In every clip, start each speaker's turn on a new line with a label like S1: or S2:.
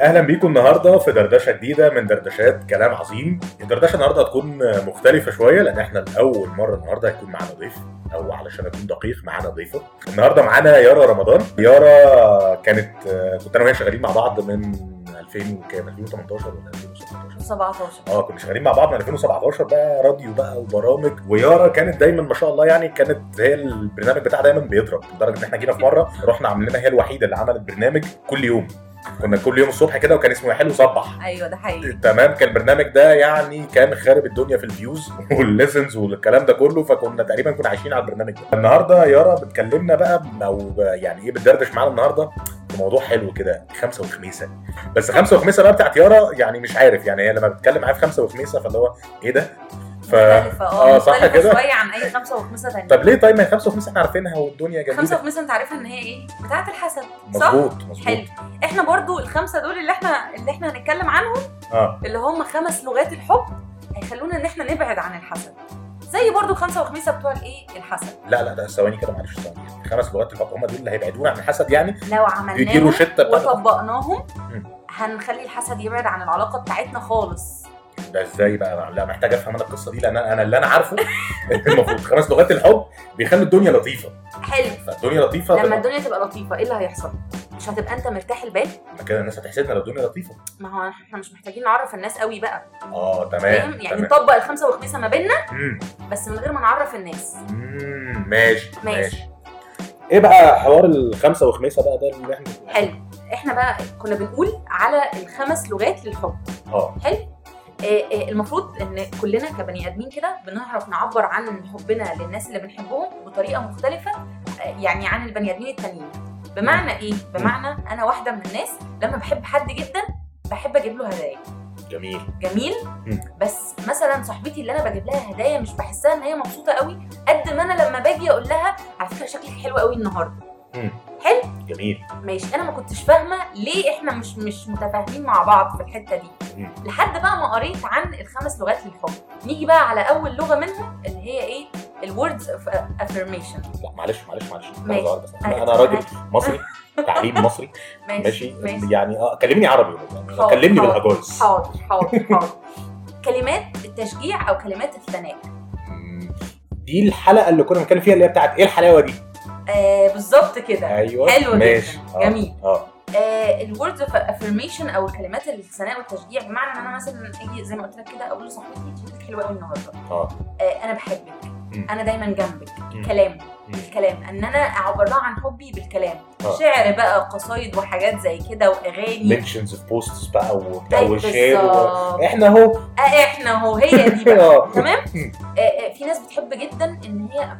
S1: اهلا بيكم النهارده في دردشه جديده من دردشات كلام عظيم الدردشه النهارده هتكون مختلفه شويه لان احنا لاول مره النهارده هيكون معانا ضيف او علشان اكون دقيق معانا ضيفه النهارده معانا يارا رمضان يارا كانت كنت انا وهي شغالين مع بعض من 2000 وكام 2018 ولا 2017
S2: 17
S1: اه كنا شغالين مع بعض من 2017 بقى راديو بقى وبرامج ويارا كانت دايما ما شاء الله يعني كانت هي البرنامج بتاعها دايما بيضرب لدرجه ان احنا جينا في مره رحنا عملنا هي الوحيده اللي عملت برنامج كل يوم كنا كل يوم الصبح كده وكان اسمه يا حلو صبح
S2: ايوه ده حقيقي
S1: تمام كان البرنامج ده يعني كان خارب الدنيا في الفيوز والليسنز والكلام ده كله فكنا تقريبا كنا عايشين على البرنامج ده النهارده يارا بتكلمنا بقى او يعني ايه بتدردش معانا النهارده في موضوع حلو كده خمسه وخميسه بس خمسه وخميسه بقى بتاعت يارا يعني مش عارف يعني هي لما بتتكلم معايا في خمسه وخميسه فاللي هو ايه ده؟ ف
S2: مختلفة
S1: آه،
S2: اه
S1: صح
S2: مختلفة
S1: كده؟
S2: شوية عن أي خمسة وخمسة تانية
S1: طب ليه طيب ما هي خمسه وخميسه احنا عارفينها والدنيا جميله
S2: خمسة وخمسة أنت عارفها إن هي إيه؟ بتاعة الحسد صح؟
S1: مظبوط مظبوط
S2: حلو إحنا برضو الخمسة دول اللي إحنا اللي إحنا هنتكلم عنهم
S1: اه
S2: اللي هم خمس لغات الحب هيخلونا إن إحنا نبعد عن الحسد زي برضو خمسة وخميسة بتوع الإيه؟ الحسد
S1: لا لا ده ثواني كده معلش ثواني خمس لغات الحب هم دول اللي هيبعدونا عن الحسد يعني
S2: لو
S1: يديله
S2: عملناهم
S1: شته بتاعت
S2: وطبقناهم
S1: مم.
S2: هنخلي الحسد يبعد عن العلاقة بتاعتنا خالص
S1: ده ازاي بقى لا محتاج افهم انا القصه دي لان انا أنا اللي انا عارفه المفروض خمس لغات الحب بيخلوا الدنيا لطيفه
S2: حلو
S1: فالدنيا لطيفه
S2: لما
S1: تبقى-
S2: الدنيا تبقى لطيفة إيه اللي هيحصل؟ مش هتبقى أنت مرتاح البال
S1: ما كده الناس هتحسدنا لو الدنيا لطيفه
S2: ما هو احنا مش محتاجين نعرف الناس قوي بقى
S1: اه تمام
S2: فاهم يعني نطبق الخمسه والخميسه ما بيننا
S1: مم.
S2: بس من غير ما نعرف الناس
S1: مم. ماشي
S2: ماشي.
S1: ماشي ايه بقى حوار الخمسه وخميسه بقى ده اللي احنا
S2: حلو احنا بقى كنا بنقول على الخمس لغات للحب
S1: اه
S2: آه، آه، المفروض ان كلنا كبني ادمين كده بنعرف نعبر عن حبنا للناس اللي بنحبهم بطريقه مختلفه آه، يعني عن البني ادمين التانيين بمعنى ايه بمعنى انا واحده من الناس لما بحب حد جدا بحب اجيب له هدايا
S1: جميل
S2: جميل
S1: مم.
S2: بس مثلا صاحبتي اللي انا بجيب لها هدايا مش بحسها ان هي مبسوطه قوي قد ما انا لما باجي اقول لها على فكره شكلك حلو قوي النهارده
S1: مم.
S2: حلو
S1: جميل
S2: ماشي انا ما كنتش فاهمه ليه احنا مش مش متفاهمين مع بعض في الحته دي
S1: مم.
S2: لحد بقى ما قريت عن الخمس لغات للحب نيجي بقى على اول لغه منهم اللي هي ايه الوردز اوف افرميشن
S1: لا معلش معلش معلش أنا
S2: ماشي.
S1: صغير بس. انا أنا راجل مصري تعليم مصري ماشي,
S2: ماشي
S1: يعني اه كلمني عربي
S2: حاضر،
S1: كلمني
S2: حاضر،
S1: بالاجاز
S2: حاضر حاضر حاضر كلمات التشجيع او كلمات الثناء
S1: مم. دي الحلقه اللي كنا بنتكلم فيها اللي هي بتاعت ايه الحلاوه دي
S2: آه بالظبط كده آه،
S1: ايوه
S2: حلو
S1: ماشي
S2: جدا،
S1: آه،
S2: جميل.
S1: اه
S2: الوردز اوف افرميشن او الكلمات الثناء والتشجيع بمعنى ان انا مثلا اجي زي ما قلت لك كده اقول لصاحبتي شكلك حلو قوي النهارده
S1: اه
S2: آه، انا بحبك
S1: مم.
S2: انا دايما جنبك
S1: مم.
S2: كلام
S1: مم.
S2: الكلام ان انا اعبر لها عن حبي بالكلام
S1: آه.
S2: شعر بقى قصايد وحاجات زي كده واغاني
S1: منشنز في بوستس بقى وبتاع
S2: أيوة
S1: والشير و-
S2: بالظبط.
S1: احنا اهو
S2: آه، احنا هو هي دي بقى
S1: آه.
S2: تمام
S1: مم.
S2: آه، آه، في ناس بتحب جدا ان هي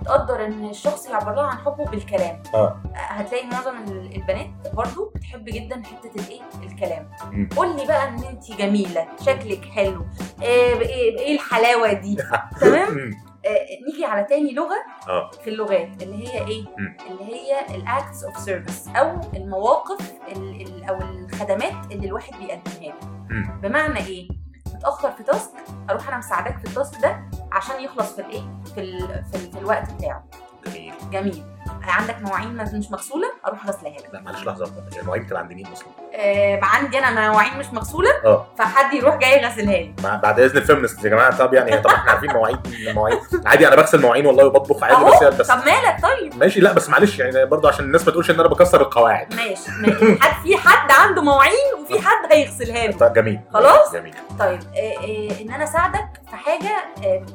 S2: بتقدر ان الشخص يعبر لها عن حبه بالكلام
S1: آه.
S2: هتلاقي معظم ال- البنات برضو بتحب جدا حته الايه إيه، الكلام
S1: مم.
S2: قول لي بقى ان انت جميله شكلك حلو ايه, إيه, إيه الحلاوه دي تمام
S1: مم.
S2: آه، نيجي على تاني لغه
S1: اه
S2: في اللغات اللي هي ايه
S1: مم.
S2: اللي هي الاكتس اوف سيرفيس او المواقف ال- ال- او الخدمات اللي الواحد بيقدمها له
S1: مم.
S2: بمعنى ايه متاخر في تاسك اروح انا مساعدك في التاسك ده عشان يخلص في الايه في ال في, ال في الوقت بتاعه
S1: جميل
S2: جميل عندك مواعين مز- مش مغسوله اروح غسلها لك
S1: لا معلش لحظه واحدة. هي المواعيد بتبقى عند مين اصلا؟
S2: آه عندي انا مواعين مش مغسوله
S1: اه
S2: فحد يروح جاي غسلها لي
S1: مع- بعد اذن الفيمنست يا جماعه طب يعني طب احنا عارفين مواعيد مواعيد عادي انا بغسل مواعين والله وبطبخ عادي
S2: أهو.
S1: بس بس
S2: طب مالك طيب
S1: ماشي لا بس معلش يعني برضه عشان الناس ما تقولش ان انا بكسر القواعد
S2: ماشي ماشي حد في حد عنده مواعين
S1: آه.
S2: وفي حد هيغسلها له
S1: طب جميل
S2: خلاص؟
S1: جميل
S2: طيب آه آه ان انا اساعدك في حاجه آه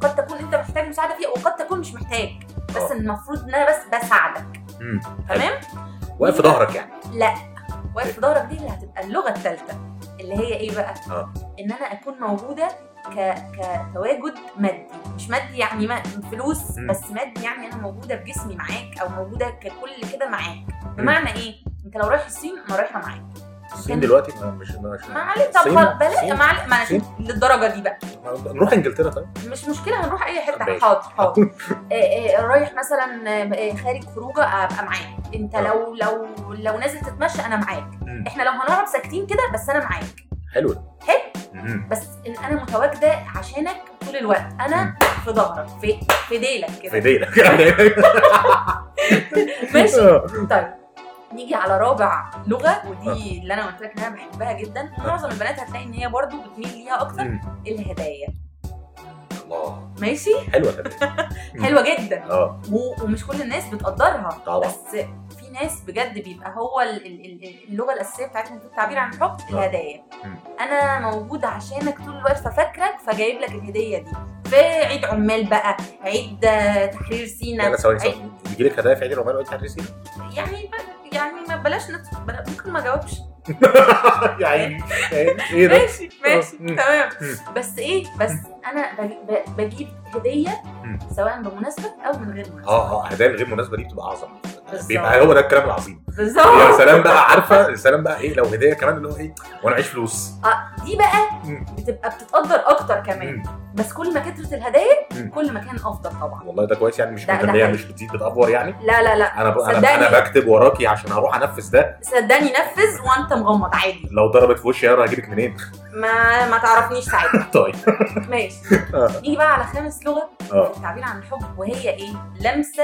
S2: قد تكون انت محتاج مساعده فيها وقد تكون مش محتاج بس
S1: آه.
S2: المفروض ان انا بس بساعدك
S1: مم.
S2: تمام
S1: أمم. واقف في ظهرك يعني
S2: واقف في ظهرك دي اللي هتبقى اللغه الثالثه اللي هي ايه بقى؟
S1: آه.
S2: ان انا اكون موجوده ك... كتواجد مادي مش مادي يعني ما... فلوس
S1: مم.
S2: بس مادي يعني انا موجوده بجسمي معاك او موجوده ككل كده معاك بمعنى ايه؟ انت لو رايح الصين انا رايحه معاك
S1: الصين دلوقتي ما- مش مش
S2: ما عليك طب
S1: الصين-
S2: خلاص بلاش
S1: الصين-
S2: ما عليك معلش
S1: الصين؟
S2: للدرجه دي بقى
S1: نروح انجلترا طيب
S2: مش مشكله هنروح اي حته
S1: ماشي.
S2: حاضر حاضر آه، آه، رايح مثلا آه، خارج خروجه ابقى معاك انت
S1: آه.
S2: لو لو لو نازل تتمشى انا معاك
S1: مم.
S2: احنا لو هنقعد ساكتين كده بس انا معاك
S1: حلو
S2: حلو
S1: مم.
S2: بس ان انا متواجده عشانك طول الوقت انا في ظهرك في في ديلك
S1: في
S2: كده
S1: ايدينا
S2: ماشي
S1: آه.
S2: طيب نيجي على رابع لغه
S1: آه.
S2: ودي اللي انا قلت لك ان انا بحبها جدا ومعظم البنات هتلاقي ان هي برضو بتميل ليها اكتر
S1: مم.
S2: الهدايا
S1: الله
S2: ماشي
S1: حلوه الهدايا. مم.
S2: حلوه جدا
S1: اه
S2: و- ومش كل الناس بتقدرها
S1: طبعا.
S2: بس في ناس بجد بيبقى هو ال- ال- ال- اللغه الاساسيه بتاعتهم في التعبير عن الحب الهدايا
S1: آه. مم.
S2: انا موجود عشانك طول الوقت ففاكرك فجايب لك الهديه دي في عيد عمال بقى عيد آه، تحرير
S1: لا
S2: سينا
S1: ثواني
S2: عيد
S1: ثواني بيجي لك هدايا في عيد العمال وانت هتدرسي
S2: يعني ب- يعني ما بلاش نت... بلا- ممكن ما جاوبش
S1: يعني يعني ايه ده؟
S2: ماشي ماشي
S1: مم.
S2: تمام
S1: مم.
S2: بس ايه بس انا بج- ب- بجيب هديه
S1: مم.
S2: سواء بمناسبه او من غير مناسبه
S1: اه اه الهدايا الغير مناسبه دي بتبقى اعظم
S2: بالظبط.
S1: آه، بيبقى هو ده الكلام العظيم يا
S2: بالظبط
S1: سلام بقى عارفه يا سلام بقى ايه لو هديه كمان اللي هو ايه وانا معيش فلوس
S2: آه، دي بقى
S1: مم.
S2: بتبقى بتتقدر اكتر كمان
S1: مم.
S2: بس كل ما كترت الهدايا
S1: مم.
S2: كل ما كان افضل طبعا
S1: والله ده كويس يعني مش
S2: لا، ده
S1: متنيه
S2: حقيقي.
S1: مش بتزيد بتأفور يعني
S2: لا لا لا
S1: انا ب... انا
S2: صدقني.
S1: انا بكتب وراكي عشان هروح انفذ ده
S2: صدقني نفذ وانت مغمض عادي
S1: لو ضربت في وشي يارا هجيبك منين
S2: ما ما تعرفنيش ساعتها
S1: طيب
S2: ماشي
S1: آه.
S2: نيجي بقى على خامس لغه في
S1: اه
S2: التعبير عن الحب وهي ايه لمسه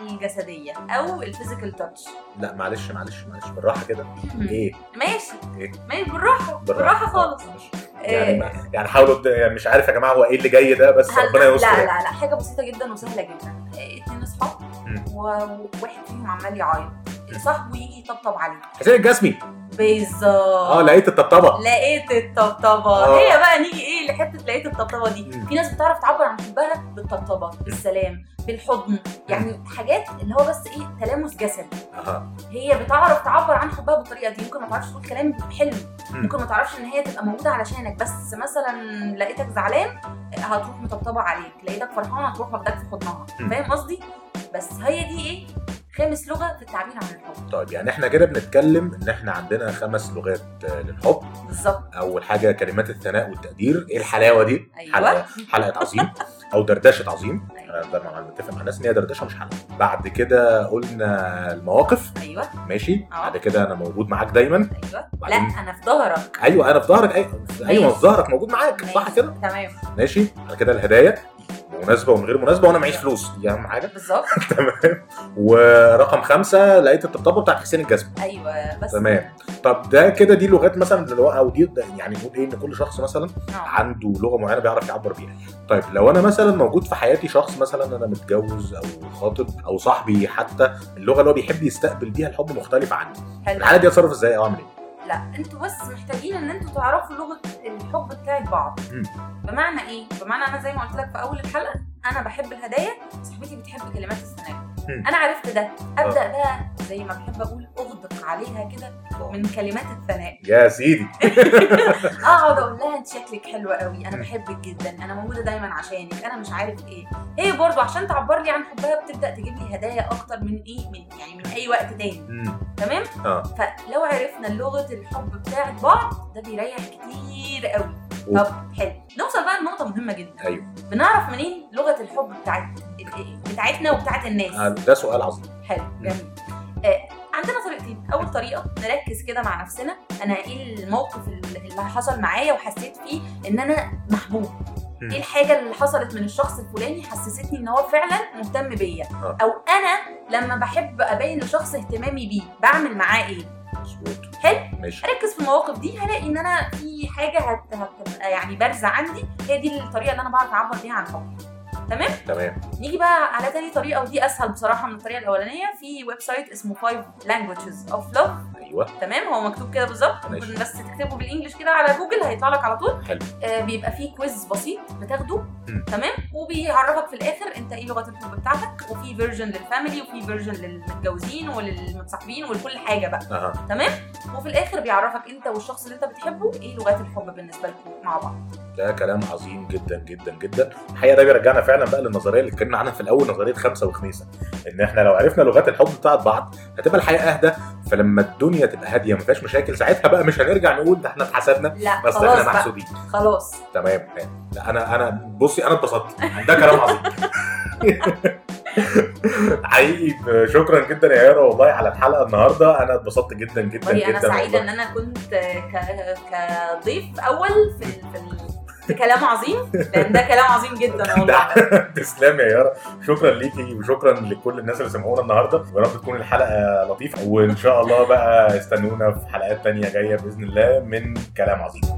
S2: الجسديه او الفيزيكال تاتش
S1: لا معلش معلش معلش بالراحه كده ايه
S2: ماشي
S1: إيه؟
S2: ماشي بالراحه بالراحه خالص
S1: معلش. يعني
S2: إيه.
S1: ما- يعني حاولوا بد- يعني مش عارف يا جماعه هو ايه اللي جاي ده بس
S2: هل-
S1: ربنا يستر
S2: لا لا
S1: يعني.
S2: لا حاجه بسيطه جدا وسهله جدا إيه، اتنين اصحاب
S1: مم.
S2: وواحد فيهم عمال يعيط صاحبه يجي يطبطب عليه
S1: حسين الجسمي
S2: بالظبط
S1: اه لقيت الطبطبه
S2: لقيت الطبطبه
S1: آه.
S2: هي بقى نيجي ايه لحته لقيت الطبطبه دي
S1: مم.
S2: في ناس بتعرف تعبر عن حبها بالطبطبه بالسلام بالحضن يعني حاجات اللي هو بس ايه تلامس جسدي
S1: اها
S2: هي بتعرف تعبر عن حبها بالطريقه دي ممكن ما تعرفش تقول كلام حلو
S1: مم.
S2: ممكن ما تعرفش ان هي تبقى موجوده علشانك بس مثلا لقيتك زعلان هتروح مطبطبه عليك لقيتك فرحان هتروح واخداك في حضنها
S1: مم.
S2: فاهم قصدي بس هي دي ايه خامس لغه في التعبير عن الحب
S1: طيب يعني احنا كده بنتكلم ان احنا عندنا خمس لغات آه، للحب
S2: بالظبط
S1: اول حاجه كلمات الثناء والتقدير ايه الحلاوه دي
S2: أيوة.
S1: حلقه حلقه عظيم او دردشه عظيم
S2: أيوة.
S1: آه، ده مع متفق مع الناس ان هي دردشه مش حلقه بعد كده قلنا المواقف
S2: ايوه
S1: ماشي
S2: آه.
S1: بعد كده انا موجود معاك دايما
S2: ايوه لا
S1: بعدين-
S2: انا في ظهرك
S1: ايوه انا في ظهرك أيوة. ايوه في ظهرك موجود معاك صح
S2: ماشي.
S1: كده
S2: تمام
S1: ماشي بعد كده الهدايا مناسبه ومن غير مناسبه وانا معيش فلوس دي اهم حاجه
S2: بالظبط
S1: تمام ورقم خمسه لقيت الطبطبه بتاعت حسين الجسمي
S2: ايوه بس
S1: تمام. طب ده كده دي لغات مثلا اللي هو او دي ده يعني نقول ايه ان كل شخص مثلا
S2: آه.
S1: عنده لغه معينه بيعرف يعبر بيها طيب لو انا مثلا موجود في حياتي شخص مثلا انا متجوز او خاطب او صاحبي حتى اللغه اللي هو بيحب يستقبل بيها الحب مختلفه عني
S2: حلو
S1: الحاله دي اتصرف ازاي او اعمل ايه
S2: لا انتوا بس محتاجين ان انتوا تعرفوا لغه الحب بتاعت بعض
S1: مم.
S2: بمعنى ايه؟ بمعنى انا زي ما قلت لك في اول الحلقه انا بحب الهدايا صاحبتي بتحب كلمات السلام
S1: مم. آه.
S2: انا عرفت ده ابدا بقى زي ما بحب اقول اغدق عليها كده من كلمات الثناء
S1: يا سيدي
S2: اقعد اقول لها انت شكلك حلو قوي انا
S1: مم.
S2: بحبك جدا انا موجوده دايما عشانك انا مش عارف ايه هي برضو عشان تعبر لي عن حبها بتبدا تجيب لي هدايا اكتر من ايه من يعني من اي وقت تاني
S1: مم.
S2: تمام
S1: اه
S2: فلو عرفنا لغه الحب بتاعت بعض ده بيريح كتير قوي
S1: أوه.
S2: طب حلو نوصل بقى لنقطه مهمه جدا
S1: ايوه
S2: بنعرف منين لغه الحب بتاعت بتاعتنا وبتاعت
S1: آه،
S2: الناس
S1: ده سؤال عظيم
S2: حلو جميل آه، عندنا طريقتين اول طريقه نركز كده مع نفسنا انا ايه الموقف اللي حصل معايا وحسيت فيه ان انا محبوب
S1: مم.
S2: ايه الحاجه اللي حصلت من الشخص الفلاني حسستني ان هو فعلا مهتم بيا
S1: آه.
S2: او انا لما بحب ابين لشخص اهتمامي بيه بعمل معاه ايه
S1: مظبوط
S2: حلو.
S1: ماشي
S2: اركز في المواقف دي هلاقي ان انا في حاجه هت... هتبقى يعني بارزه عندي هي دي الطريقه اللي انا بعرف اعبر بيها عن حبي
S1: تمام
S2: نيجي بقى على تاني طريقه ودي اسهل بصراحه من الطريقه الاولانيه في ويب سايت اسمه 5 languages of love
S1: ايوه
S2: تمام هو مكتوب كده بالظبط
S1: ماشي.
S2: ممكن بس تكتبه بالانجلش كده على جوجل هيطلع لك على طول
S1: حلو.
S2: آه بيبقى فيه كويز بسيط بتاخده
S1: مم.
S2: تمام وبيعرفك في الاخر انت ايه لغه الحب بتاعتك وفي فيرجن للفاميلي وفي فيرجن للمتجوزين وللمتصاحبين ولكل حاجه بقى
S1: اها
S2: إيه وفي الاخر بيعرفك انت والشخص اللي انت بتحبه ايه لغات الحب بالنسبه لكم مع بعض
S1: ده كلام عظيم جدا جدا جدا الحقيقه ده بيرجعنا فعلا بقى للنظريه اللي اتكلمنا عنها في الاول نظريه خمسه وخميسه ان احنا لو عرفنا لغات الحب بتاعت بعض هتبقى الحياه اهدى فلما الدنيا تبقى هاديه ما فيهاش مشاكل ساعتها بقى مش هنرجع نقول ده احنا اتحسدنا
S2: لا
S1: بس
S2: خلاص
S1: احنا
S2: بقى
S1: محسودين
S2: خلاص
S1: تمام لا انا انا بصي انا اتبسطت ده كلام عظيم حقيقي شكرا جدا يا يارا والله على الحلقه النهارده انا اتبسطت جدا جدا
S2: والله
S1: جدا
S2: انا سعيده
S1: والله.
S2: ان انا كنت ك- كضيف اول في ال- في ال- في كلام عظيم لان ده كلام عظيم جدا والله
S1: ده- تسلم يا يارا شكرا ليكي وشكرا لكل الناس اللي سمعونا النهارده ويا رب تكون الحلقه لطيفه وان شاء الله بقى استنونا في حلقات تانية جايه باذن الله من كلام عظيم